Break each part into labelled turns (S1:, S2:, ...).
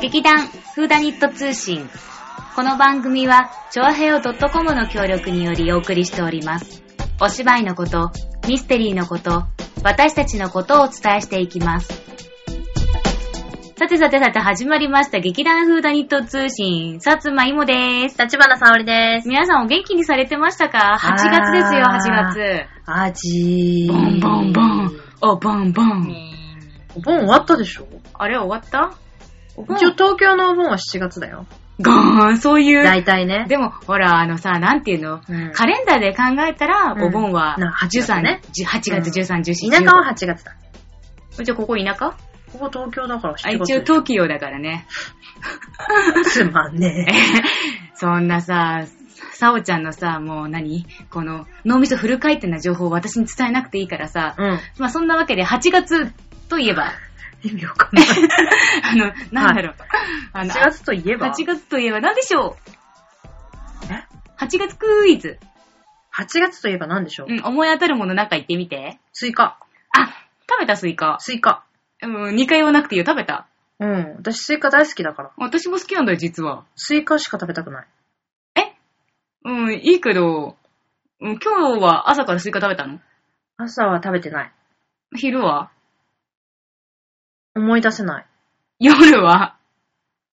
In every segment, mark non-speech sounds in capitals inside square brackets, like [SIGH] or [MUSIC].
S1: 劇団フーダニット通信。この番組は、チョアヘヨ .com の協力によりお送りしております。お芝居のこと、ミステリーのこと、私たちのことをお伝えしていきます。さてさてさて始まりました劇団フーダニット通信、さつまいもです。
S2: 立花沙織です。
S1: 皆さんお元気にされてましたか ?8 月ですよ、
S2: あー
S1: 8月。
S2: アジ
S1: ボンボンボン。お、ボンボン。
S2: お盆終わったでしょ
S1: あれ終わったお盆
S2: 一応東京のお盆は7月だよ。
S1: ゴーン、そういう。
S2: 大体ね。
S1: でも、ほら、あのさ、なんていうの、
S2: うん
S1: カレンダーで考えたら、
S2: うん
S1: お盆は
S2: な8
S1: 13、
S2: 月ね
S1: じ8月13、14、
S2: 田舎は8月だ。
S1: 15じゃあここ田舎
S2: ここ東京だから
S1: あ、
S2: 7
S1: 一応
S2: 月。
S1: 東京だからね。 [LAUGHS]
S2: す [LAUGHS] まんね
S1: そんなさ、さおちゃんのさ、もう何この、脳みそフル回転な情報を私に伝えなくていいからさ、
S2: え。うん。
S1: まあそんなわけで8月といえば、
S2: 意味わかんない。
S1: あの、なんだろう。あの
S2: 8月といえば。
S1: 8月といえば何でしょう
S2: え
S1: ?8 月クイズ。
S2: 8月といえば何でしょう
S1: うん、思い当たるものなんか言ってみて。
S2: スイカ。
S1: あ、食べたスイカ。
S2: スイカ。
S1: うん、2回はなくていいよ、食べた。
S2: うん。私スイカ大好きだから。
S1: 私も好きなんだよ、実は。
S2: スイカしか食べたくない。
S1: えうん、いいけど、うん、今日は朝からスイカ食べたの
S2: 朝は食べてない。
S1: 昼は
S2: 思い出せない。
S1: 夜は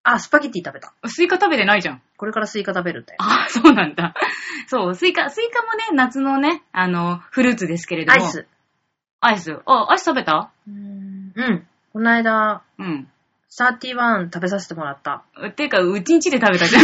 S2: あ、スパゲティ食べた。
S1: スイカ食べてないじゃん。
S2: これからスイカ食べるって。
S1: あ、そうなんだ。そう、スイカ、スイカもね、夏のね、あの、フルーツですけれど
S2: ア
S1: も。
S2: イ。ス。
S1: アイス。あ、アイス食べた
S2: うん。うん。この間、
S1: うん。
S2: 31食べさせてもらった。
S1: ていうか、うちんちで食べたじゃ
S2: [LAUGHS]
S1: ん。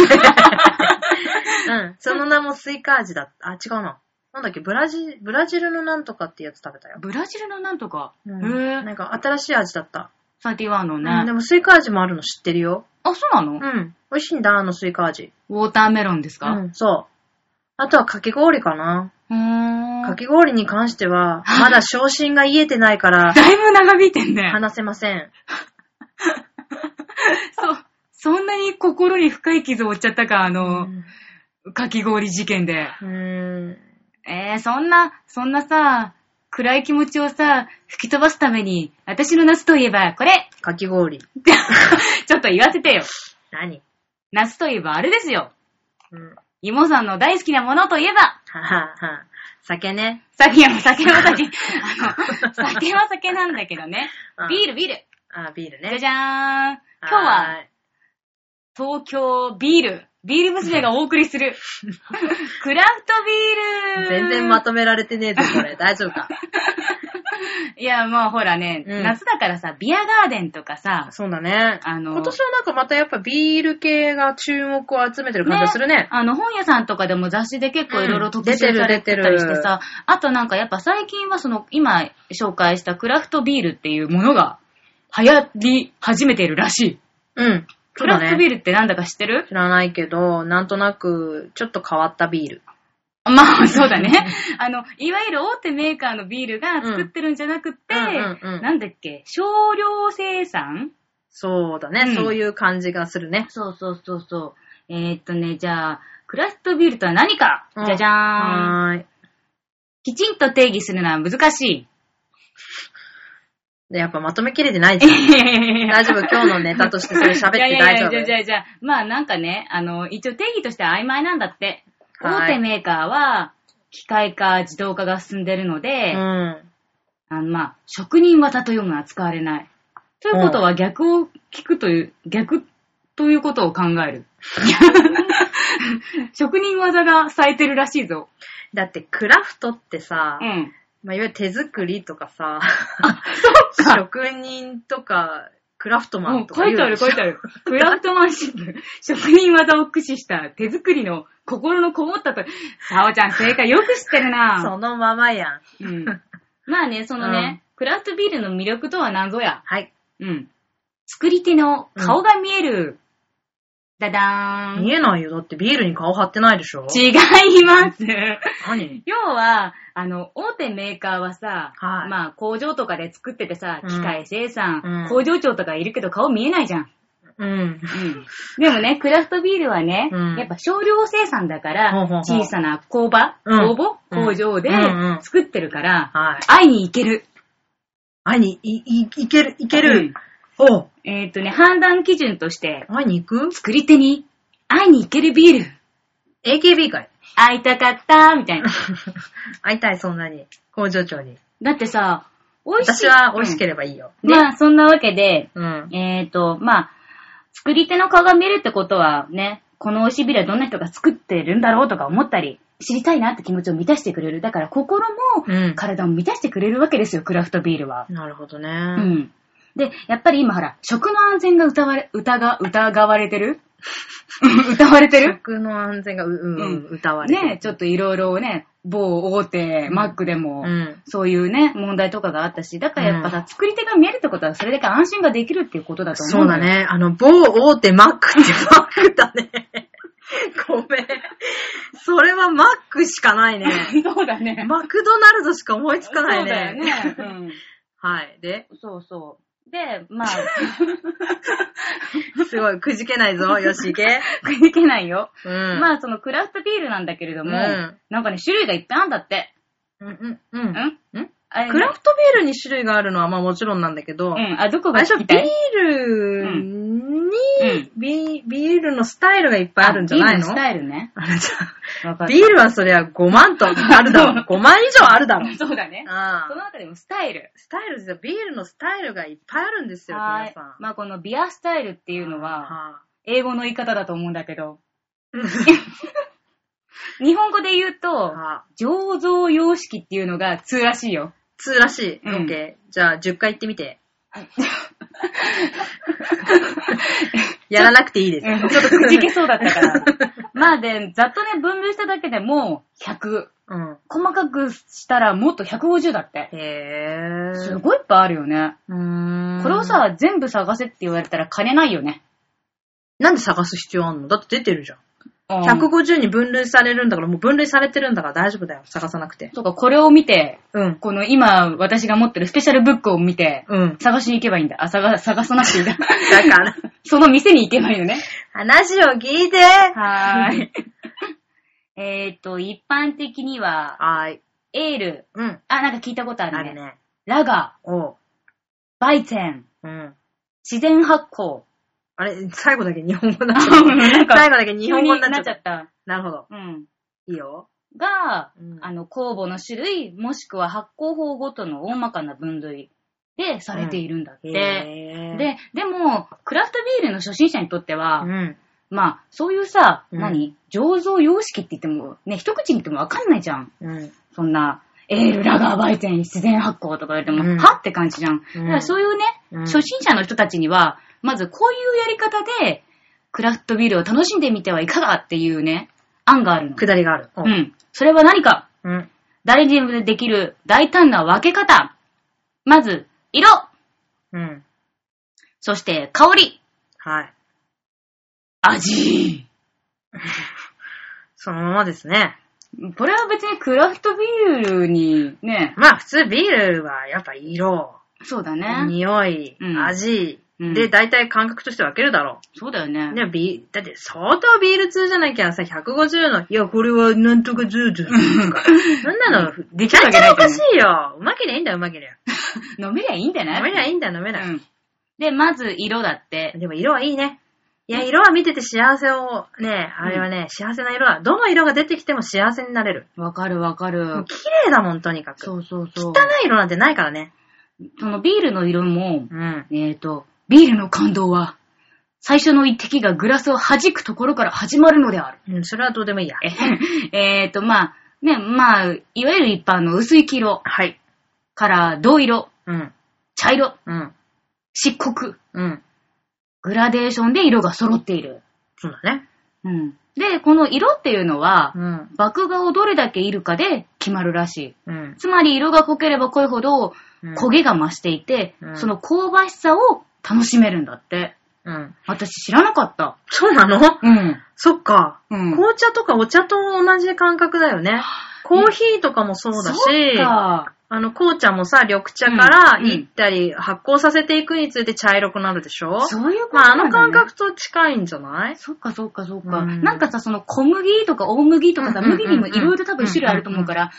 S2: うん。その名もスイカ味だった。あ、違うな。なんだっけ、ブラジ、ブラジルのなんとかってやつ食べたよ。
S1: ブラジルのなんとか。
S2: う
S1: へー
S2: ん。なんか新しい味だった。
S1: 31の
S2: うん。で
S1: ね。
S2: もスイカ味もあるの知ってるよ。
S1: あ、そうなの、
S2: うん。美味しいんだ、あのスイカ味。
S1: ウォーターメロンです
S2: う
S1: か、
S2: ん、そう。あとはかき氷かな。
S1: うーん、
S2: かき氷に関しては、まだ昇進が癒えてない
S1: [LAUGHS]
S2: から、
S1: だいぶ長引いてんね。
S2: 話せません。
S1: そう。そんなに心に深い傷を負っちゃったか、あ
S2: う
S1: の、
S2: ん。
S1: かき氷事件で。
S2: うん
S1: えー、そんな、そんなさ、暗い気持ちをさ、吹き飛ばすために、私の夏といえば、これ [LAUGHS]
S2: かき氷。
S1: ちょっと言わせてよ。
S2: 何
S1: 夏といえば、あれですよ。
S2: うん。
S1: イモさんの大好きなものといえば、
S2: ははは。酒ね。
S1: 酒は
S2: [LAUGHS]
S1: 酒は酒、あの、酒は酒なんだけどね。
S2: うん
S1: ビール、ビール。
S2: あ、ビールね。
S1: じゃじゃーん。今日は、
S2: い。
S1: 東京ビール、ビール娘がお送りす
S2: [LAUGHS]
S1: る、クラフトビール
S2: 全然まとめられてねえぞ、これ。大丈夫か。
S1: いや、もうほらね、
S2: うん
S1: 夏だからさ、ビアガーデンとかさ、
S2: そうだね。
S1: あの
S2: 今年はなんかまたやっぱビール系が注目を集めてる感じがするね。
S1: あの、本屋さんとかでも雑誌で結構いろいろ特集されてたりしてさ、あとなんかやっぱ最近はその、今紹介したクラフトビールっていうものが流行り始めているらしい。
S2: うん。
S1: クラフトビ
S2: ール
S1: ールってなんだか知ってる
S2: 知らないけど、なんとなく、ちょっと変わったビール。
S1: まあ、そうだね。 [LAUGHS] あの、いわゆる大手メーカーのビールが作ってるんじゃなくて、
S2: うんうんうん
S1: なんだっけ、少量生産
S2: そうだね、
S1: うん
S2: そういう感じがするね。
S1: そうそうそうそう。えー、っとね、じゃあ、クラフトビールとは何か、
S2: うん
S1: じゃじゃーん。
S2: はーい。
S1: きちんと定義するのは難しい。 [LAUGHS]
S2: でやっぱまとめきれてないじゃん。大丈夫、今日のネタとしてそれ喋って
S1: いやいや
S2: 大
S1: い
S2: 丈
S1: や
S2: 夫。
S1: じゃあじゃあじゃあまあなんかね、あの、一応定義として曖昧なんだって。
S2: は
S1: 大
S2: い
S1: 手メーカーは、機械化、自動化が進んでるので、
S2: うん。
S1: あのまあ、職人技というものは使われない。ということは逆を聞くという、逆ということを考える。職人技がされてるらしいぞ。
S2: だって、クラフトってさ、
S1: うん。
S2: まあ、いわゆる手作りとかさ、
S1: そっか。
S2: 職人とか、クラフトマ
S1: も
S2: ン
S1: う
S2: とか
S1: 書いてある書いてある。クラフトマンシッ [LAUGHS] プ。職人技を駆使した手作りの心のこもったと。さおちゃん正解よく知ってるな
S2: そのままや
S1: う
S2: ん。
S1: ん。 [LAUGHS] まあね、そのね、クラフトビールの魅力とは何ぞや。
S2: はい。
S1: うん。作り手の顔が見える。ダダーン。
S2: 見えないよ。だってビールに顔張ってないでしょ
S1: 違います。
S2: 何
S1: [LAUGHS] 要は、あの、大手メーカーはさ、
S2: はい
S1: まあ工場とかで作っててさ、
S2: うん
S1: 機械生産、
S2: うん
S1: 工場長とかいるけど顔見えないじゃん。
S2: うん。
S1: でもね、クラフトビールはね、
S2: うん
S1: やっぱ少量生産だか
S2: ほうほうほ
S1: ら
S2: う、
S1: 小さな工場、
S2: うん
S1: 工
S2: うん
S1: 房、工場で
S2: うんうん
S1: 作ってるから、
S2: はい。
S1: 会いに行ける。
S2: あ、に、い、い、いける、いけ
S1: うん
S2: る。お
S1: えっ、とね、判断基準として、
S2: 会いに行く
S1: 作り手に会いに行けるビール、
S2: ?AKB 会。
S1: 会いたかったみたいな。
S2: [LAUGHS] 会いたい、そんなに。工場長に。
S1: だってさ、美味しい。
S2: 私は美味しければいいよ。
S1: うんまあ、そんなわけで、
S2: うん。
S1: えっ、と、まあ、作り手の顔が見れるってことはね、この美味しいビールはどんな人が作ってるんだろうとか思ったり、知りたいなって気持ちを満たしてくれる。だから心も
S2: うん。
S1: 体も満たしてくれるわけですよ、クラフトビールは。
S2: なるほどね。
S1: うん。で、やっぱり今ほら、食の安全が疑われ、疑、疑われてる [LAUGHS] 疑われてる
S2: 食の安全がう、うん、うん、歌われてる
S1: ね、ちょっといろいろね、某大手、マックでも、
S2: うん。
S1: そういうね、問題とかがあったし、だからやっぱさ、作り手が見えるってことは、それだけ安心ができるっていうことだと思
S2: そううん
S1: よ
S2: だ。ね。あの、某大手マックってマックだね。 [LAUGHS] ごめん。それはマックしか [LAUGHS] ないね。
S1: [LAUGHS] そうだね。
S2: マクドナルドしか思いつかない
S1: そうだよ
S2: ね。
S1: ね。うん
S2: はい。で、
S1: そうそう。で、まあ、
S2: すごい、くじけない [LAUGHS] ぞ、よしいけ。
S1: くじけないよ。
S2: うん。
S1: ま
S2: あ、
S1: あ、そのクラフトビールなんだけれども、
S2: うん
S1: なんかね、種類がいっぱいあんだって。
S2: うん、うん、うん。
S1: ん
S2: ん
S1: あれ
S2: クラフトビールに種類があるのはまあもちろんなんだけど、
S1: うん。あ、どこ
S2: あ
S1: が
S2: れでし
S1: 聞
S2: ょビ
S1: きたい
S2: ールに、
S1: うん
S2: ビビールのスタイルがいっぱいあるんじゃない
S1: ビー
S2: の
S1: ルのスタイルね。
S2: あれじ
S1: わか
S2: ゃ
S1: る
S2: ビールはそりゃ5万とあるだ [LAUGHS] ろ。5万以上あるだろ。うん。
S1: そうだね。その中でもスタイル。
S2: スタイルですよ。ビールのスタイルがいっぱいあるんですよ、
S1: は
S2: 皆
S1: い
S2: さん。っ
S1: まあ、このビアスタイルって
S2: て
S1: いうのは、英語の言い方だと思うんだけど、
S2: い。
S1: [LAUGHS] 日本語で言うと、
S2: あ
S1: 醸造様式っていうのが通らしいよ。
S2: 2らしい。
S1: うん
S2: OK。じゃあ10回言ってみて。 [LAUGHS] やらなくていいです。
S1: うんちょっとくじけそうだった [LAUGHS] から。まあで、ざっとね、分類しただけでもう100。
S2: [LAUGHS] うん。
S1: 細かくしたらもっと150だって。
S2: へぇー。
S1: すごいいっぱいあるよね。
S2: うーん
S1: これを、さ、全部探せって言われたら金ないよね。
S2: なんで探す必要あんのだって出てるじゃん。
S1: うん
S2: 150に分類されるんだから、もう分類されてるんだから大丈夫だよ。探さなくて。
S1: そうか、これを見て、
S2: うん。
S1: この今私が持ってるスペシャルブックを見て、
S2: うん。
S1: 探しに行けばいいんだ。あ、探、探さなくていいんだ。 [LAUGHS]
S2: だから、
S1: その店に行けばいいのね。
S2: 話を聞いて
S1: はーい。 [LAUGHS] えっと、一般的には、
S2: はーい。
S1: エール。
S2: うん。
S1: あ、なんか聞いたことあ
S2: あ
S1: るね。
S2: るね。
S1: ラガ
S2: おう。
S1: ー、バイツェン、
S2: うん。
S1: 自然発酵。
S2: あれ、最後だけ日本語になっちゃった。
S1: [LAUGHS] なん
S2: 最後だけ日本語になっちゃった。
S1: た。
S2: なるほど。
S1: うん。
S2: いいよ。
S1: が、
S2: うん
S1: あの、酵母の種類、もしくは発酵法ごとの大まかな分類でされているんだって。
S2: へー、
S1: で、でも、クラフトビールの初心者にとっては、
S2: うん。
S1: まあ、そういうさ、
S2: うん
S1: 何醸造様式って言っても、ね、一口に言ってもわかんないじゃん。
S2: うん。
S1: そんな、エール、ラガー、バイゼン、自然発酵とか言われても、
S2: うん
S1: はって感じじゃん。だからそういうね、
S2: うん
S1: 初心者の人たちには、まずこういうやり方で、クラフトビールを楽しんでみてはいかがっていうね、案があるの。
S2: 下りがある。お
S1: う。
S2: うん
S1: それは何か
S2: うん。
S1: 誰にでもできる大胆な分け方。まず、色
S2: うん。
S1: そして、香り
S2: はい。
S1: 味
S2: そのままですね。
S1: これは別にクラフトビールに、ね、
S2: まあ普通ビールはやっぱ色、
S1: そうだね。
S2: 匂い、
S1: うん
S2: 味、
S1: うん
S2: で大体感覚として分けるだろ
S1: そうだよ
S2: う。
S1: ね。
S2: でもビだって相当ビール通じゃなきゃさ、150の、いや、これはなんとかずーずーとか。なんなの、
S1: でき
S2: ち
S1: る
S2: ゃ
S1: わ
S2: ん
S1: け
S2: ち
S1: ない
S2: ゃら
S1: よ
S2: おかし
S1: ね
S2: いよ。うまけりゃいいんだよ、うまけりゃ。
S1: 飲めりゃいいんじゃない
S2: 飲めりゃいいんだよ、飲めりゃ。
S1: うん。で、まず、色だって。
S2: でも色はいいね。いや、色は見てて幸せを、ね、あれはね、幸せな色だ。どの色が出てきても幸せになれる。
S1: わかるわか
S2: もう
S1: る。
S2: 綺麗だもん、とにかく。
S1: そうそうそう。
S2: 汚い色なんてないからね。
S1: そのビールの色も、
S2: うん。
S1: えっ、と、ビールの感動は、最初の一滴がグラスを弾くところから始まるのである。 [LAUGHS]
S2: うん、それはどうでもいいや。
S1: えっと、まあ、ね、まあ、いわゆる一般の薄い黄色
S2: はい。
S1: から銅色、
S2: うん。
S1: 茶色、
S2: うん。
S1: 漆黒、
S2: うん。
S1: グラデーションで色が揃っている。
S2: そうだね。
S1: うん。で、この色っていうのは
S2: う、ん。
S1: 麦芽をどれだけいるかで決まるらし
S2: うん
S1: い。。つまり色が濃ければ濃いほど
S2: うん
S1: 焦げが増していて、
S2: うん
S1: その香ばしさを楽しめるんだって。
S2: うん。
S1: 私知らなかった。
S2: そうなの
S1: うん。
S2: そっか。
S1: うん。
S2: 紅茶とかお茶と同じ感覚だよね。コーヒーとかもそうだし、
S1: そっか
S2: あの、紅茶もさ、緑茶から
S1: うんうん
S2: 行ったり、発酵させていくにつれて茶色くなるでしょ
S1: そういうこと
S2: まあ、あ
S1: な
S2: の
S1: んだ、
S2: 感
S1: ね。
S2: 覚と近いんじゃない
S1: そっかそっかそっか。
S2: うん
S1: なんかさ、その小麦とか大麦とかさ、
S2: うんうんうんうん
S1: 麦にもいろいろ多分種類あると思うから、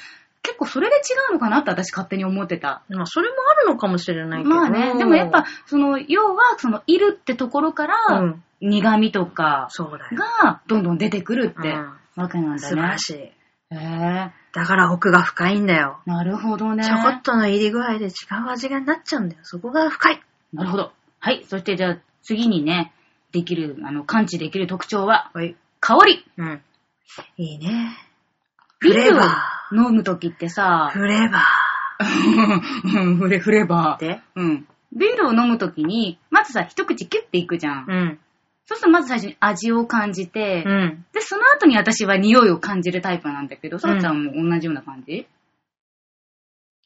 S1: 結構それで違うのかなって私勝手に思ってた。
S2: まあ、それもあるのかもしれないけど。
S1: まあね、でもやっぱ、その、要は、その、いるってところか
S2: う
S1: ら
S2: ん、
S1: 苦味とか
S2: そうだよ。
S1: が、どんどん出てくるって
S2: うん
S1: わけなんだね。
S2: 素晴らしい。
S1: へえ
S2: だから奥が深いんだよ。
S1: なるほどね。
S2: ちょこっとの入り具合で違う味がなっちゃうんだよ。そこが深い。
S1: なるほど。はい。そしてじゃあ、次にね、できる、あの、感知できる特徴は、
S2: はい。
S1: 香り。
S2: うん。いいね。
S1: ビ
S2: フレー
S1: ールを
S2: バ
S1: 飲むときってさ、
S2: [LAUGHS] フレーバ
S1: うんフレ、フレバ
S2: ー。で、
S1: うん。ビールを飲むときに、まずさ、一口キュッていくじゃん。
S2: うん。
S1: そうするとまず最初に味を感じて、
S2: うん。
S1: で、その後に私は匂いを感じるタイプなんだけど、さらちゃんも同じような感じ、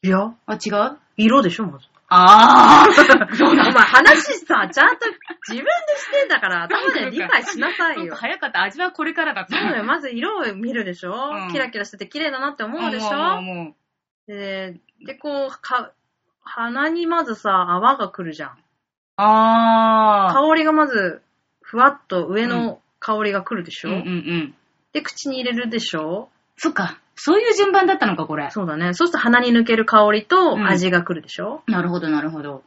S2: いや、
S1: あ、違う
S2: 色でしょ、まず。
S1: あ [LAUGHS] ー
S2: お前話さ、ちゃんと自分でしてんだから頭で理解しなさ
S1: [LAUGHS]
S2: い
S1: そうか
S2: よ。
S1: 早かった。味はこれからだった。
S2: そうだよ、まず色を見るでしょ、
S1: うん
S2: キラキラしてて綺麗だなって思うでしょ、
S1: もうもうもう
S2: で、で、こう、か、鼻にまずさ、泡が来るじゃん。
S1: あー。
S2: 香りがまず、ふわっと上の香りが来るでしょ、
S1: うんうんうん。
S2: で、口に入れるでしょ
S1: そっか。そういう順番だったのか、これ。
S2: そうだね。そうすると鼻に抜ける香りと
S1: うん
S2: 味が来るでしょ、
S1: なるほど、なるほど。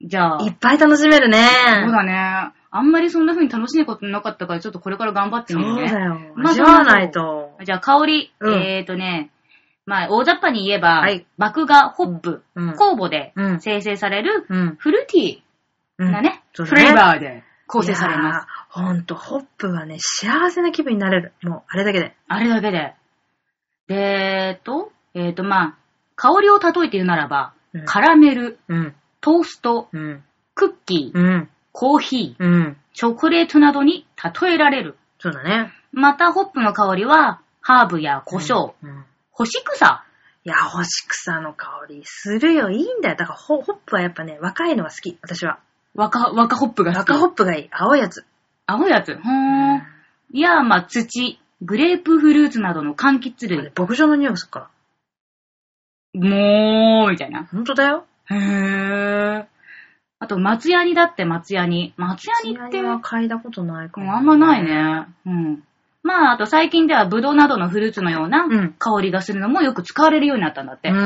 S1: じゃあ、
S2: いっぱい楽しめるね。
S1: そうだね。あんまりそんな風に楽しいことなかったから、ちょっとこれから頑張ってみる
S2: そうだ
S1: ね。
S2: よ。
S1: まあ
S2: 味わわないと。
S1: じゃあ、香り。
S2: うん
S1: えーとね、まあ、大雑把に言えば、
S2: はい
S1: 麦芽、ホップ、
S2: うん。
S1: 酵母で
S2: うん。
S1: 生成される
S2: うん。
S1: フルーティーなね、
S2: そうだ
S1: フ
S2: ね
S1: レーバーで構成されます。
S2: す。ほんと、ホップはね、幸せな気分になれる。もう、あれだけで。
S1: あれだけで。で、えーと、えーと、まあ、香りを例えて言うならば、
S2: うん
S1: カラメル、
S2: うん。
S1: トースト、
S2: うん。
S1: クッキー、
S2: うん。
S1: コーヒー、
S2: うん。
S1: チョコレートなどに例えられる。
S2: そうだね。
S1: また、ホップの香りは、ハーブや胡椒、
S2: うん。うん
S1: 干し草。
S2: いや、干し草の香りするよ。いいんだよ。だからホ、ホップはやっぱね、若いのが好き。私は。
S1: 若、若ホップが好き。
S2: 若ホップがいい。青いやつ。
S1: 青いやつ。ほーん。いや、まあ、土、グレープフルーツなどの柑橘
S2: これ
S1: 類。
S2: 牧場の匂いがするから。
S1: もう、みたいな。
S2: ほんとだよ。
S1: へー。あと、松ヤニだって松ヤニ。松ヤニって、
S2: には嗅いだことないか
S1: うん
S2: も。
S1: あんまない。ね。うん。まあ、あと最近ではブドウなどのフルーツのような
S2: うん
S1: 香りがするのもよく使われるようになったんだって。
S2: うー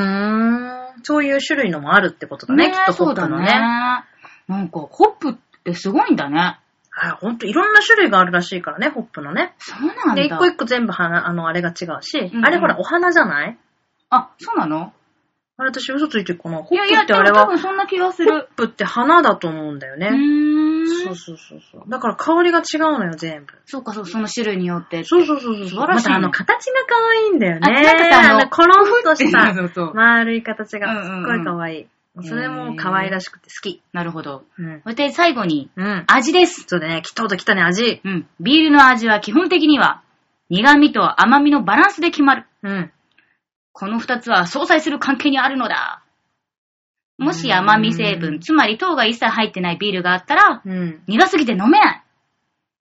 S2: ん。そういう種類のもあるってことだね、きっとホップの
S1: そう
S2: ね。
S1: だね。なんか、ホップってすごいんだね。
S2: あ、ほんといろんな種類があるらしいからね、ホップのね。
S1: そうなんだ。
S2: で、一個一個全部花、あの、あれが違うし、
S1: んうん
S2: あれほら、お花じゃない
S1: あ、そうなの
S2: あれ私嘘ついてるかな。ホ
S1: い
S2: ッ
S1: やい
S2: プ
S1: や、
S2: って
S1: でも
S2: あれ
S1: 多
S2: は、ホ
S1: 分そんな気がする。
S2: ップって花だと思うんだよ
S1: う
S2: ね。
S1: ーん。
S2: そうそうそうそう。だから香りが違うのよ、全部。
S1: そうか、そう、その種類によって。
S2: そうそうそうそう。
S1: 素晴らしいね
S2: またあの、形が可愛いんだよね。
S1: あなんかさあの
S2: コロンとした
S1: そうそう
S2: 丸い形が
S1: うん
S2: す
S1: うんう
S2: っ
S1: ん
S2: ごい可愛い。それも可愛らしくて好き。
S1: なるほど。
S2: うん。
S1: そして最後に、
S2: うん。
S1: 味です。
S2: そうだね、きっとときたね、味。
S1: うん。ビールの味は基本的には、苦味と甘みのバランスで決まる。
S2: うん。
S1: この二つは相殺する関係にあるのだ。もし甘み成
S2: う
S1: 分、
S2: ん
S1: つまり糖が一切入ってないビールがあったら、
S2: うん。
S1: 苦すぎて飲めない。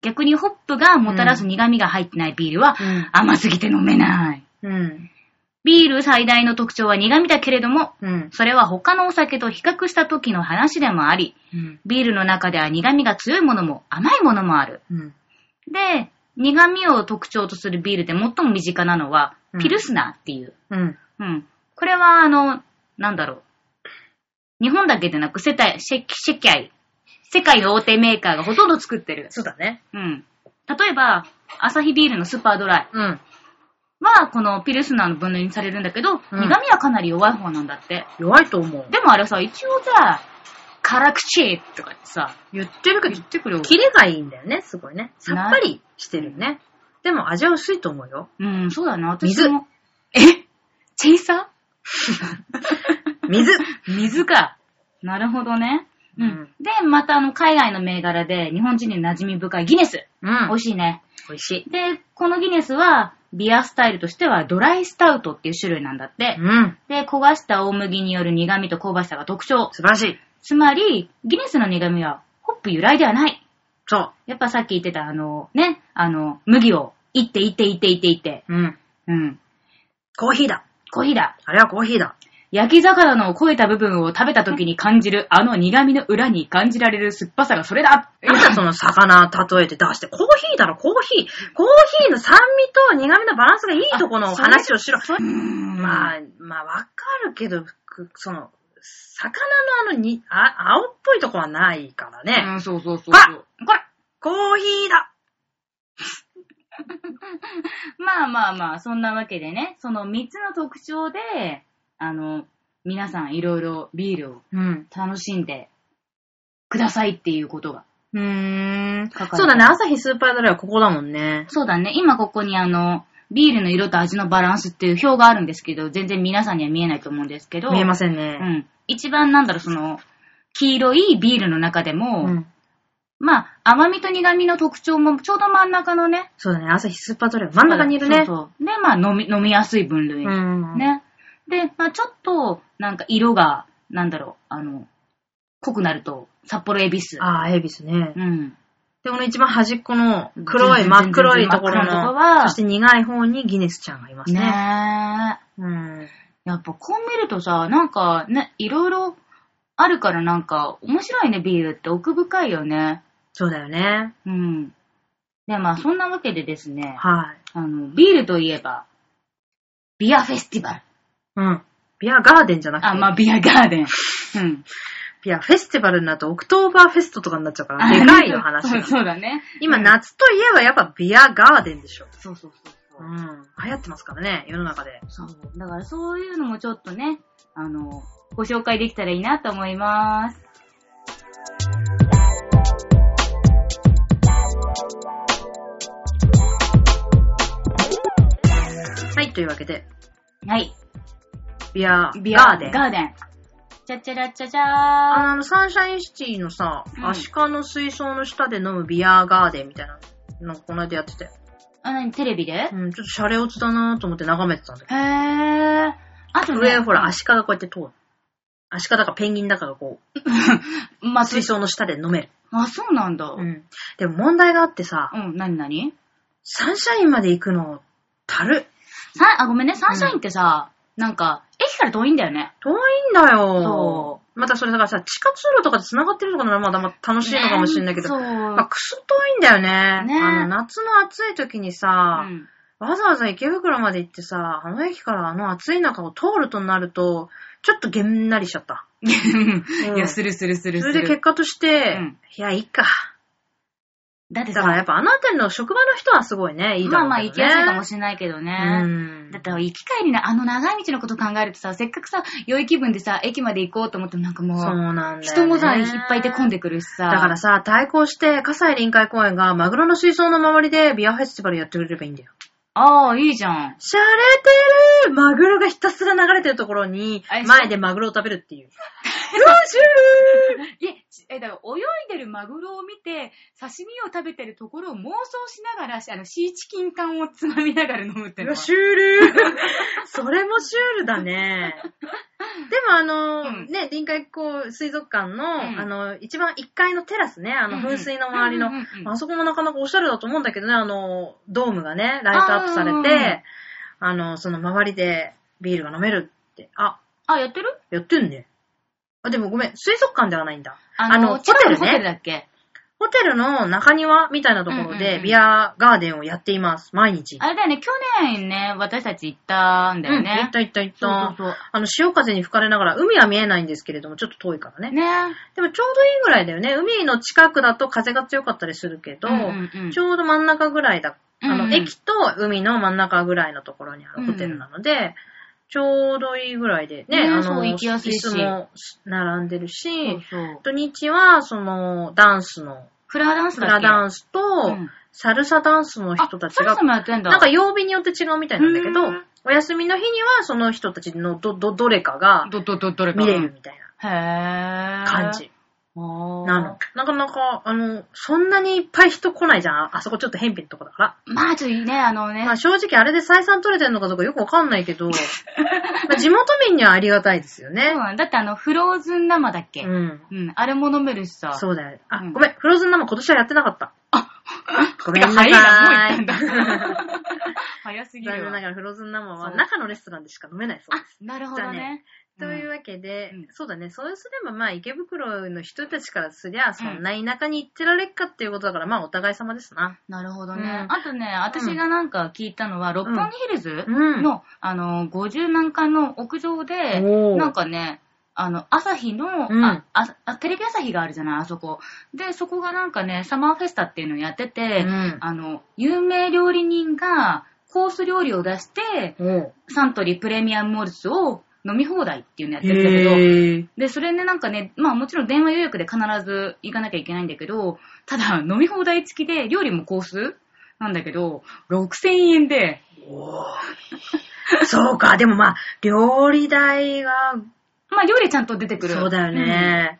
S1: 逆にホップがもたらす苦味が入ってないビールは、
S2: うん
S1: 甘すぎて飲めない。
S2: うん。
S1: ビール最大の特徴は苦味だけれども、
S2: うん。
S1: それは他のお酒と比較した時の話でもあり、
S2: うん。
S1: ビールの中では苦味が強いものも甘いものもある。
S2: うん。
S1: で、苦味を特徴とするビールで最も身近なのは
S2: う、ん
S1: ピルスナーっていう。
S2: うん。
S1: うん。これは、あの、なんだろう。日本だけでなく、世界、世世界、世界の大手メーカーがほとんど作ってる。
S2: そうだね。
S1: うん。例えば、アサヒビールのスーパードライ
S2: うん。
S1: は、このピルスナーの分類にされるんだけど、苦味はかなり弱い方なんだって。
S2: 弱いと思う。
S1: でもあれさ、一応さ、辛口とかってさ、
S2: 言ってるけど
S1: 言、ってくるよ。
S2: キレがいいんだよね、すごいね。さっぱりしてるよね。でも味は薄いと思うよ。
S1: うん、そうだね。私
S2: 水
S1: も。えチェイサ
S2: [LAUGHS] 水。
S1: ー水か。 [LAUGHS] なるほどね。うん。
S2: うん
S1: で、またあの、海外の銘柄で日本人に馴染み深いギネス。
S2: う
S1: 美
S2: ん
S1: 味。しいね。
S2: 美味しい。
S1: で、このギネスは、ビアスタイルとしてはドライスタウトっていう種類なんだって
S2: う。ん。
S1: で、焦がした大麦による苦味と香ばしさが特徴。
S2: 素晴らしい。
S1: つまり、ギネスの苦味はホップ由来ではない。
S2: そ
S1: やっぱさっき言ってたあの、ね、あの、麦を、いっていっていっていっていって。
S2: う。うん。
S1: うん。
S2: コーヒーだ。
S1: コーヒーだ。
S2: あれはコーヒーだ。
S1: 焼き魚の超えた部分を食べた時に感じるあの苦味の裏に感じられる酸っぱさがそれだ
S2: なんだその魚例えて出して、コーヒーだろ、コーヒー。コーヒーの酸味と苦味のバランスがいいとこの話をしろ。まあ、まあ、わかるけど、くその、魚のあのに、あ、青っぽいとこはないからね。
S1: うん、そうそうそうそう。
S2: ほら
S1: ほら
S2: コーヒーだ
S1: まあまあまあ、そんなわけでね、その3つの特徴で、あの、皆さんいろいろビールを
S2: うん。
S1: 楽しんでくださいっていうことが。
S2: うーん
S1: かかる。
S2: そうだね、朝日スーパードライはここだもんね。
S1: そうだね、今ここにあの、ビールの色と味のバランスっていう表があるんですけど、全然皆さんには見えないと思うんですけど、
S2: 見えません
S1: う
S2: ね。
S1: ん。一番なんだろう、その、黄色いビールの中でも、
S2: うん
S1: まあ、甘みと苦みの特徴もちょうど真ん中のね、
S2: そうだね、朝日スーパードライは真ん中にいるね。
S1: そうそうで、まあ飲み、飲みやすい分類。
S2: うん。
S1: ね。で、まあちょっと、なんか色が、なんだろう、あの、濃くなると、札幌エビス。
S2: ああ、エビスね
S1: う。ん。
S2: で、この一番端っこの黒
S1: 全
S2: い、
S1: 然
S2: 真っ黒いところ
S1: 全然真っ黒いとこ
S2: の、
S1: は
S2: そして苦い方にギネスちゃんがいます
S1: ね
S2: ね。
S1: え。
S2: うん。
S1: やっぱこう見るとさ、なんかね、いろいろあるからなんか、面白いね、ビールって奥深いよね。
S2: そうだよね。
S1: うん。で、まあそんなわけでですね、
S2: はい。
S1: あの、ビールといえば、ビアフェスティバル。
S2: うん。ビアガーデンじゃなくて、
S1: あ、まあビアガーデン。うん。
S2: ビアフェスティバルになるとオクトーバーフェストとかになっちゃうから、でかいよ
S1: [LAUGHS]
S2: 話
S1: そう
S2: が。
S1: そうだね。
S2: 今、夏といえばやっぱビアガーデンでしょ。
S1: そうそうそうそう
S2: う。ん。流行ってますからね、世の中で。
S1: そう。だからそういうのもちょっとね、あの、ご紹介できたらいいなと思います。
S2: はい、というわけで、
S1: はい。
S2: ビア
S1: ア
S2: ガーデン。
S1: ガーデン。チャチャラチャチャー。
S2: あ
S1: あ
S2: のあの、サンシャインシティのさ、
S1: うん
S2: アシカの水槽の下で飲むビアガーデンみたいなの、この間やってて。
S1: なに、テレビで、へ
S2: うん、ちょっとシャレオツだなと思って眺めてたんだけ
S1: ー。あと
S2: ど。
S1: ね、
S2: 上、ほら、アシカがこうやって通る。アシカだかペンギンだかがこう、
S1: まあ、
S2: 水槽の下で飲める。
S1: あ、そうなんだ。う、
S2: うんん。でも問題があってさ、
S1: なになに
S2: サンシャインまで行くの、たる。
S1: さあ、ごめんね、サンシャインってさ、なんか、駅から遠いんだよね。
S2: 遠いんだよ。
S1: そ
S2: またそれだからさ、地下通路とかで繋がってるのかなまだまだ楽しいのかもしれないけど。
S1: ねそう。
S2: まあ、くそ遠いんだよね。
S1: ね
S2: あの、夏の暑い時にさ、
S1: うん
S2: わざわざ池袋まで行ってさ、あの駅からあの暑い中を通るとなると、ちょっとげんなりしちゃった。
S1: [LAUGHS] いや、するするする
S2: そ
S1: する。
S2: れで結果として、
S1: うん
S2: いや、いいか。
S1: だって
S2: だから
S1: さ、
S2: やっぱあの辺りの職場の人はすごいね、いい
S1: ま
S2: だ
S1: あ
S2: ろう
S1: まあ
S2: け
S1: 行
S2: ど
S1: き
S2: ね。
S1: やすいかもしれないけどね。
S2: うん。
S1: だって、行き帰りのあの長い道のこと考えるとさ、せっかくさ、良い気分でさ、駅まで行こうと思ってもなんかも
S2: そう
S1: う、
S2: なんだよ、ね。
S1: 人もさ、いっぱいいて混んでくるしさ。
S2: だからさ、対抗して、葛西臨海公園がマグロの水槽の周りでビアフェスティバルやってくれればいいんだよ。
S1: ああ、いいじゃん。
S2: しゃれてるマグロがひたすら流れてるところに
S1: あれ、
S2: 前でマグロを食べるっていう。 [LAUGHS] どうしよ
S1: いや、え、だから泳いでるマグロを見て、刺身を食べてるところを妄想しながら、あの、シーチキン缶をつまみながら飲むって
S2: う
S1: のは。
S2: わシュール
S1: [LAUGHS]
S2: それもシュールだね。でもあの、
S1: うん
S2: ね、臨海港水族館の、
S1: ん
S2: あの、一番1階のテラスね、あの
S1: うんうん
S2: 噴水の周りの、
S1: うんうんうん
S2: あそこもなかなかおしゃれだと思うんだけどね、あの、ドームがね、ライトアップされて、あの、その周りでビールが飲めるって。あ、
S1: あ、やってる
S2: やってんね。あ、でもごめん、水族館ではないんだ。
S1: あの、
S2: あの
S1: ホテル、
S2: ホ
S1: ホ
S2: テルね
S1: テルだっけ
S2: ホテルの中庭みたいなところ
S1: うんうんう
S2: で
S1: ん
S2: ビアガーデンをやっています、毎日。
S1: あれだよね、去年ね、私たち行ったんだよ
S2: うん、行っ
S1: ね。
S2: た行った行った。
S1: そうそう
S2: あの、潮風に吹かれながら、海は見えないんですけれども、ちょっと遠いから
S1: そう。
S2: ね。
S1: ね。
S2: でもちょうどいいぐらいだよね。海の近くだと風が強かったりするけど、
S1: うんうんうん
S2: ちょうど真ん中ぐらいだ。あの、
S1: うんうん
S2: 駅と海の真ん中ぐらいのところにあるホテルなので、ちょうどいいぐらいで、
S1: ね
S2: ね、あ
S1: そ
S2: の、
S1: う行きやすいし
S2: 椅子も並んでるし、
S1: そうそう。
S2: 土日は、その、ダンスの、
S1: フラダンス
S2: フ
S1: だ
S2: ラ
S1: っけ
S2: ダンスと、
S1: うん
S2: サルサダンスの人たち
S1: あそも
S2: が
S1: そもやってんだ。
S2: なんか曜日によって違うみたいなんだけど
S1: うん、
S2: お休みの日にはその人たちのど、ど、どれかが
S1: ど、ど、ど、どれか。
S2: 見れるみたい
S1: へ
S2: な
S1: ー。
S2: 感じ
S1: あー。
S2: なの。なかなか、あの、そんなにいっぱい人来ないじゃん。ああそこちょっと偏僻なとこだか
S1: まあ、ちょっといいね、あの
S2: ら。
S1: ね
S2: ま。あ正直あれで採算取れてんのかどうかよくわかんない
S1: [LAUGHS]
S2: けど、まあ地元民にはありがたいですよね
S1: そう。なんだってあの、フローズン生だっけ、
S2: う
S1: うん、
S2: ん。
S1: あれも飲めるしさ。
S2: そうだよ。あ、
S1: うん
S2: ごめん。フローズン生今年はやってなかった。ごめんなさ
S1: 早
S2: い。
S1: いな、もう行ったん
S2: [LAUGHS]
S1: だ。早すぎ
S2: 残
S1: る
S2: 念
S1: わ
S2: な。がらフローズン生
S1: そ
S2: は
S1: う
S2: 中のレストランでしか飲めないそう
S1: あ
S2: です。、
S1: なるほどね。
S2: というわけで、
S1: うんうん
S2: そうだね、そうすればまあ池袋の人たちからすりゃ、そんな田舎に行ってられっかっていうことだから、まあお互い様ですな。
S1: なるほどね。
S2: うん
S1: あとね、私がなんか聞いたのは、六本木ヒルズ
S2: うん
S1: の、あの、50何階の屋上で、
S2: おー
S1: なんかね、あの、朝日の、
S2: うん
S1: あああテレビ朝日があるじゃない、あそこ。で、そこがなんかね、サマーフェスタっていうのをやってて、
S2: うん
S1: あの、有名料理人がコース料理を出して、
S2: お
S1: サントリープレミアムモルツを飲み放題っていうのやってるんだけど、
S2: へー
S1: で、それね、なんかね、まあもちろん電話予約で必ず行かなきゃいけないんだけど、ただ飲み放題付きで料理もコースなんだけど、6000円で、
S2: そうか、でもまあ、料理代が、
S1: まあ料理ちゃんと出てくる。
S2: そうだよね。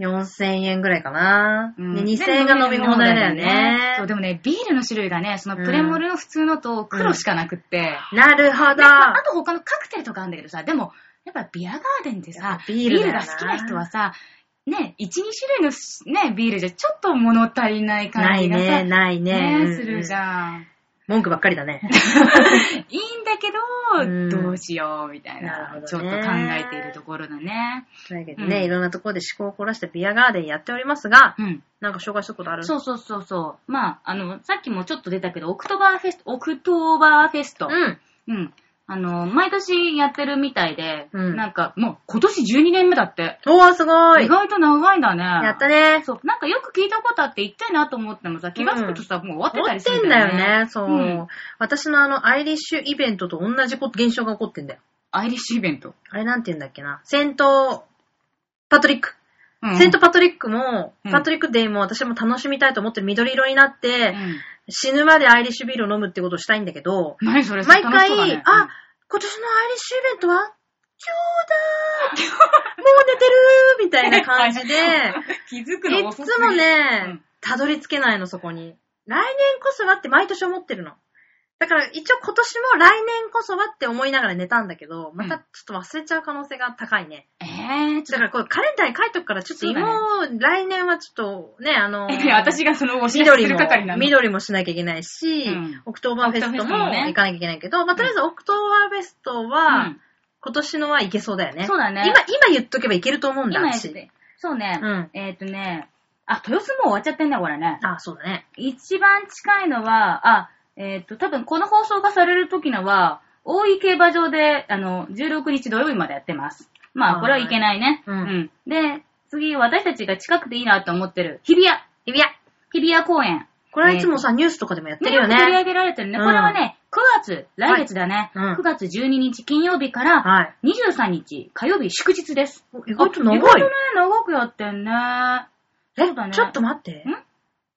S2: 4000円ぐらいかな。
S1: うん。
S2: で
S1: うん
S2: 2000円が飲み放題だよ
S1: そう、
S2: ね。
S1: でもね、ビールの種類がね、そのプレモルの普通のと黒しかなくって、
S2: なる [LAUGHS] ほど。
S1: まああと他のカクテルとかあるんだけどさ、でも、やっぱビアガーデンで
S2: やっ
S1: さ
S2: ぱ、ビ
S1: ビー
S2: ール
S1: ル
S2: だよな
S1: が好きな人はさ、ね、1、2種類のね、ビールじゃちょっと物足りない
S2: な
S1: 感
S2: い
S1: じがさ、
S2: ね、ないね。
S1: ねするじ
S2: うんうん
S1: ゃん。
S2: 文句ばっかりだね。
S1: いいんだけ
S2: うん
S1: ど、どうしよう、みたい
S2: な
S1: な、
S2: るほ
S1: ちょ
S2: ど
S1: っ
S2: ね
S1: と考えているところだね。
S2: というわけでね、
S1: うん
S2: いろんなところで思考を凝らしてビアガーデンやっておりますが、
S1: うん。
S2: なんか紹介したことある
S1: そうそうそうそう。まあ、あの、さっきもちょっと出たけど、オクトバーフェスト、オクトーバーフェスト。
S2: うん。
S1: うん。あの、毎年やってるみたいで、
S2: うん
S1: なんか、もう今年12年目だって。
S2: おー、すごい
S1: 意外と長いんだね。
S2: やったね。
S1: そう、なんかよく聞いたことあって行きたいなと思ってもさ、気がつくとさ、もう終わって
S2: 持
S1: たり
S2: っ
S1: す
S2: て
S1: る
S2: ん
S1: ん
S2: だ
S1: だよ
S2: よ
S1: ね。
S2: ね、そう。
S1: うん
S2: 私のあの、アイリッシュイベントと同じこと現象が起こってんだよ。
S1: アイリッシュイベント。
S2: あれなんて言うんだっけな。セント、パトリック。
S1: うん
S2: セントパトリックも、
S1: うん
S2: パトリックデイも私も楽しみたいと思って緑色になっ
S1: う
S2: て、
S1: ん
S2: 死ぬまでアイリッシュビールを飲むってことをしたいんだけど、
S1: 何それ
S2: 毎
S1: 楽し
S2: 回、
S1: そうだね
S2: あ、今年のアイリッシュイベントは今日
S1: [LAUGHS]
S2: だもう寝てるみたいな感じで、
S1: 気づくの
S2: い
S1: 遅すぎ
S2: つも
S1: う
S2: ね
S1: ん、
S2: たどり着けないの、そこに。来年こそはって毎年思ってるの。だから一応今年も来年こそはって思いながら寝たんだけど、またちょっと忘れちゃう可能性が高いね。
S1: えー、ちょっ
S2: だからこれカレンダーに書いとくから、ちょっと今、来年はちょっとね、あの
S1: と、[LAUGHS]
S2: ー
S1: 私がそのお知らせす
S2: 緑
S1: る
S2: も
S1: 係な、の。
S2: 緑もしなきゃいけないし、
S1: うん
S2: オクトーバーフェスト
S1: オクトーバーフェス
S2: も
S1: トもね
S2: 行かなきゃいけないけど、まあ、とりあえずオクトーバーフェスト
S1: う
S2: は、
S1: ん
S2: 今年のはいけそうだよね。
S1: そうだね
S2: 今、今言っとけばいけると思うんだ、
S1: 今やっ
S2: 私
S1: て、そうね、
S2: うん
S1: えっ、とね、あ、豊洲もう終わっちゃってんだ、これね。
S2: あ、そうだね。
S1: 一番近いのは、あ、えっ、と、多分この放送がされる時のは、大井競馬場で、あの、16日土曜日までやってます。まあ、これはいけないね。
S2: はいうん
S1: うん。で、次、私たちが近くていいなと思ってる、日比谷。
S2: 日比谷。
S1: 日比谷公園。
S2: これはいつもさ、ニュースとかでもやって
S1: ね、
S2: るよ
S1: よく取り上
S2: ね。
S1: げられてるね。
S2: うん
S1: これはね、9月、来月だね、
S2: はいうん
S1: 9月12日金曜日から
S2: はい。
S1: 23日火曜日祝日です。
S2: お意外と長
S1: あ意外
S2: い
S1: とね。、長くやってんね。そうだ
S2: え、
S1: ね
S2: ちょっと待って。
S1: ん
S2: も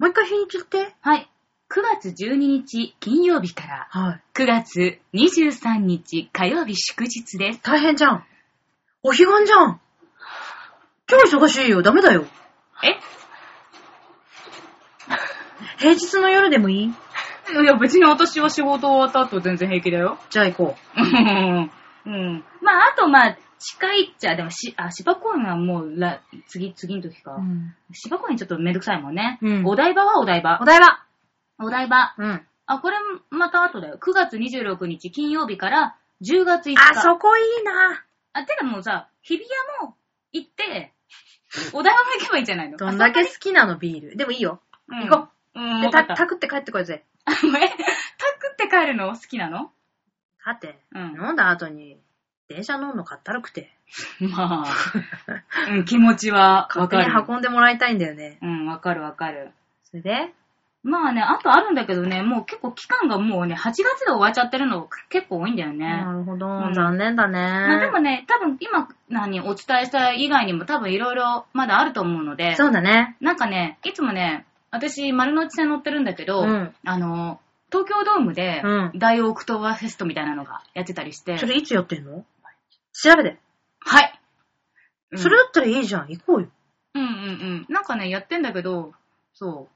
S2: う一回日にち言って。
S1: はい。9月12日金曜日から
S2: はい。
S1: 9月23日火曜日祝日です。
S2: 大変じゃん。お彼岸じゃん。今日忙しいよ。ダメだよ。
S1: え
S2: 平日の夜でもいい
S1: いや、別に私は仕事終わった後全然平気だよ。
S2: じゃあ行こ
S1: [LAUGHS]
S2: う。
S1: うん。うん。まあ、あと、まあ、近いっちゃ、でもし、あ、芝公園はもう、ら、次、次の時か。芝公園ちょっとめんどくさいもんね。
S2: うん
S1: お台場はお台場
S2: お。台場。
S1: お台場。
S2: うん。
S1: あ、これまた後だよ。9月26日金曜日から10月5日。
S2: あ、そこいいな。
S1: あ、てかもうさ、日比谷も行って、お台場も行けばいいんじゃないの
S2: どんだけ好きなの、ビール。でもいいよ。
S1: うん
S2: 行こ
S1: うん。
S2: で、
S1: わか
S2: た、
S1: った。
S2: たくって帰ってこいぜ。
S1: あごめんタクって帰るの好きなの
S2: さて、
S1: うん
S2: 飲んだ後に、電車乗んのかったるくて。
S1: まあ、うん、気持ちはわ
S2: 勝手
S1: か
S2: に
S1: る。
S2: 運んでもらいたいんだよね。
S1: うん、わかるわかる。
S2: それで、
S1: まあね、あとあるんだけどね、もう結構期間がもうね、8月で終わっちゃってるの結構多いんだよね。
S2: なるほど、
S1: うん
S2: 残念だね。
S1: まあでもね、多分今何お伝えした以外にも多分いろいろまだあると思うので、
S2: そうだね。
S1: なんかね、いつもね、私丸の内線乗ってるんだけど、
S2: うん
S1: あの、東京ドームで
S2: うん
S1: 大オクトーバーフェストみたいなのがやってたりして、
S2: それいつやってんの調べて。
S1: はい、うん
S2: それだったらいいじゃん。行こうよ。
S1: うんうんうん。なんかね、やってんだけど、そう。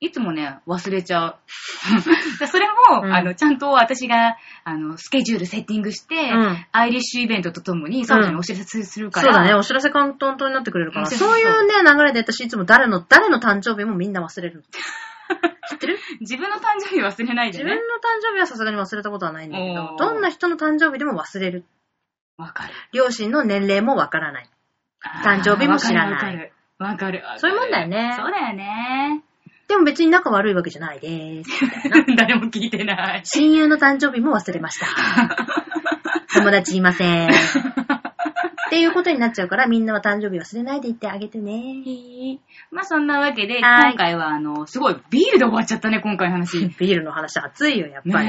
S1: いつもね、忘れちゃう。 [LAUGHS] でそれも、
S2: うん
S1: あの、ちゃんと私が、あの、スケジュールセッティングして、
S2: ん
S1: アイリッシュイベントとともに、そうにお知らせするか
S2: そう
S1: ら、
S2: だね。お知らせ関東になってくれるから。
S1: うんそうそ
S2: そう
S1: う
S2: い
S1: そう
S2: うね、流れで私いつも誰の、誰の誕生日もみんな忘れるの。知ってる
S1: [LAUGHS] 自分の誕生日忘れない
S2: 自
S1: で
S2: 分の
S1: ね
S2: 誕。生日はさすがに忘れたことはないんだけ
S1: お
S2: ど、
S1: ー
S2: どんな人の誕生日でも忘れる。
S1: わかる。
S2: 両親の年齢もわからない。誕生日も知らない
S1: わかる。わかる。わかる
S2: そういうもんだよね
S1: そうだよね。
S2: でも別に仲悪いわけじゃない [LAUGHS] です。
S1: [LAUGHS] 誰も聞いてない。 [LAUGHS]
S2: 親友の誕生日も忘れました。 [LAUGHS] 友達いません。っていうことになっちゃうから、みんなは誕生日忘れないで言ってあげてね。
S1: まあそんなわけで、
S2: はい
S1: 今回はあの、すごいビールで終わっちゃったね、今回の話。ね
S2: ビールの話熱いよ、やっ
S1: え。
S2: ぱり。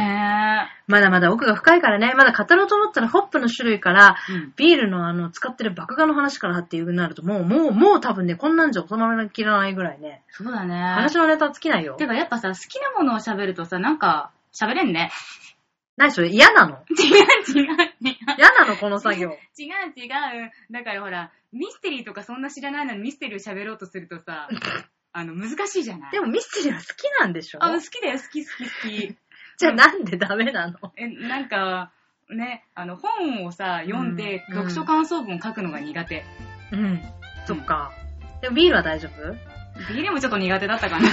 S2: まだまだ奥が深いからね、まだ語ろうと思ったらホップの種類から、
S1: うん
S2: ビールのあの、使ってる麦芽の話からっていう風になると、もう、もう、もう多分ね、こんなんじゃ収まりきらないぐらいね。
S1: そうだね。
S2: 話のネタ尽きないよ。
S1: てかやっぱさ、好きなものを喋るとさ、なんか、喋れんね。
S2: 何それ嫌
S1: [LAUGHS]
S2: なの
S1: 違う違う違う。
S2: 嫌なのこの作業。
S1: 違う違う。だからほら、ミステリーとかそんな知らないのにミステリーを喋ろうとするとさ、あの、難しいじゃない
S2: でもミステリーは好きなんでしょ
S1: あ、好きだよ、好き好き好き。
S2: じゃあなんでダメなの
S1: え、なんか、ね、あの、本をさ、読んで、
S2: うん
S1: 読書感想文を書くのが苦手。
S2: うん。そっか。でもビールは大丈夫
S1: ビールもちょっと苦手だったか [LAUGHS] な。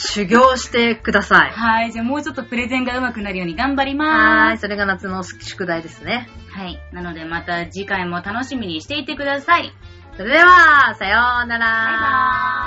S2: 修行してください。
S1: はい、じゃあもうちょっとプレゼンが上手くなるように頑張り
S2: はー
S1: ま
S2: い。
S1: す。
S2: それが夏の宿題ですね。
S1: はい。なのでまた次回も楽しみにしていてください。
S2: それでは、さよう
S1: バイ
S2: なら。
S1: バーイ。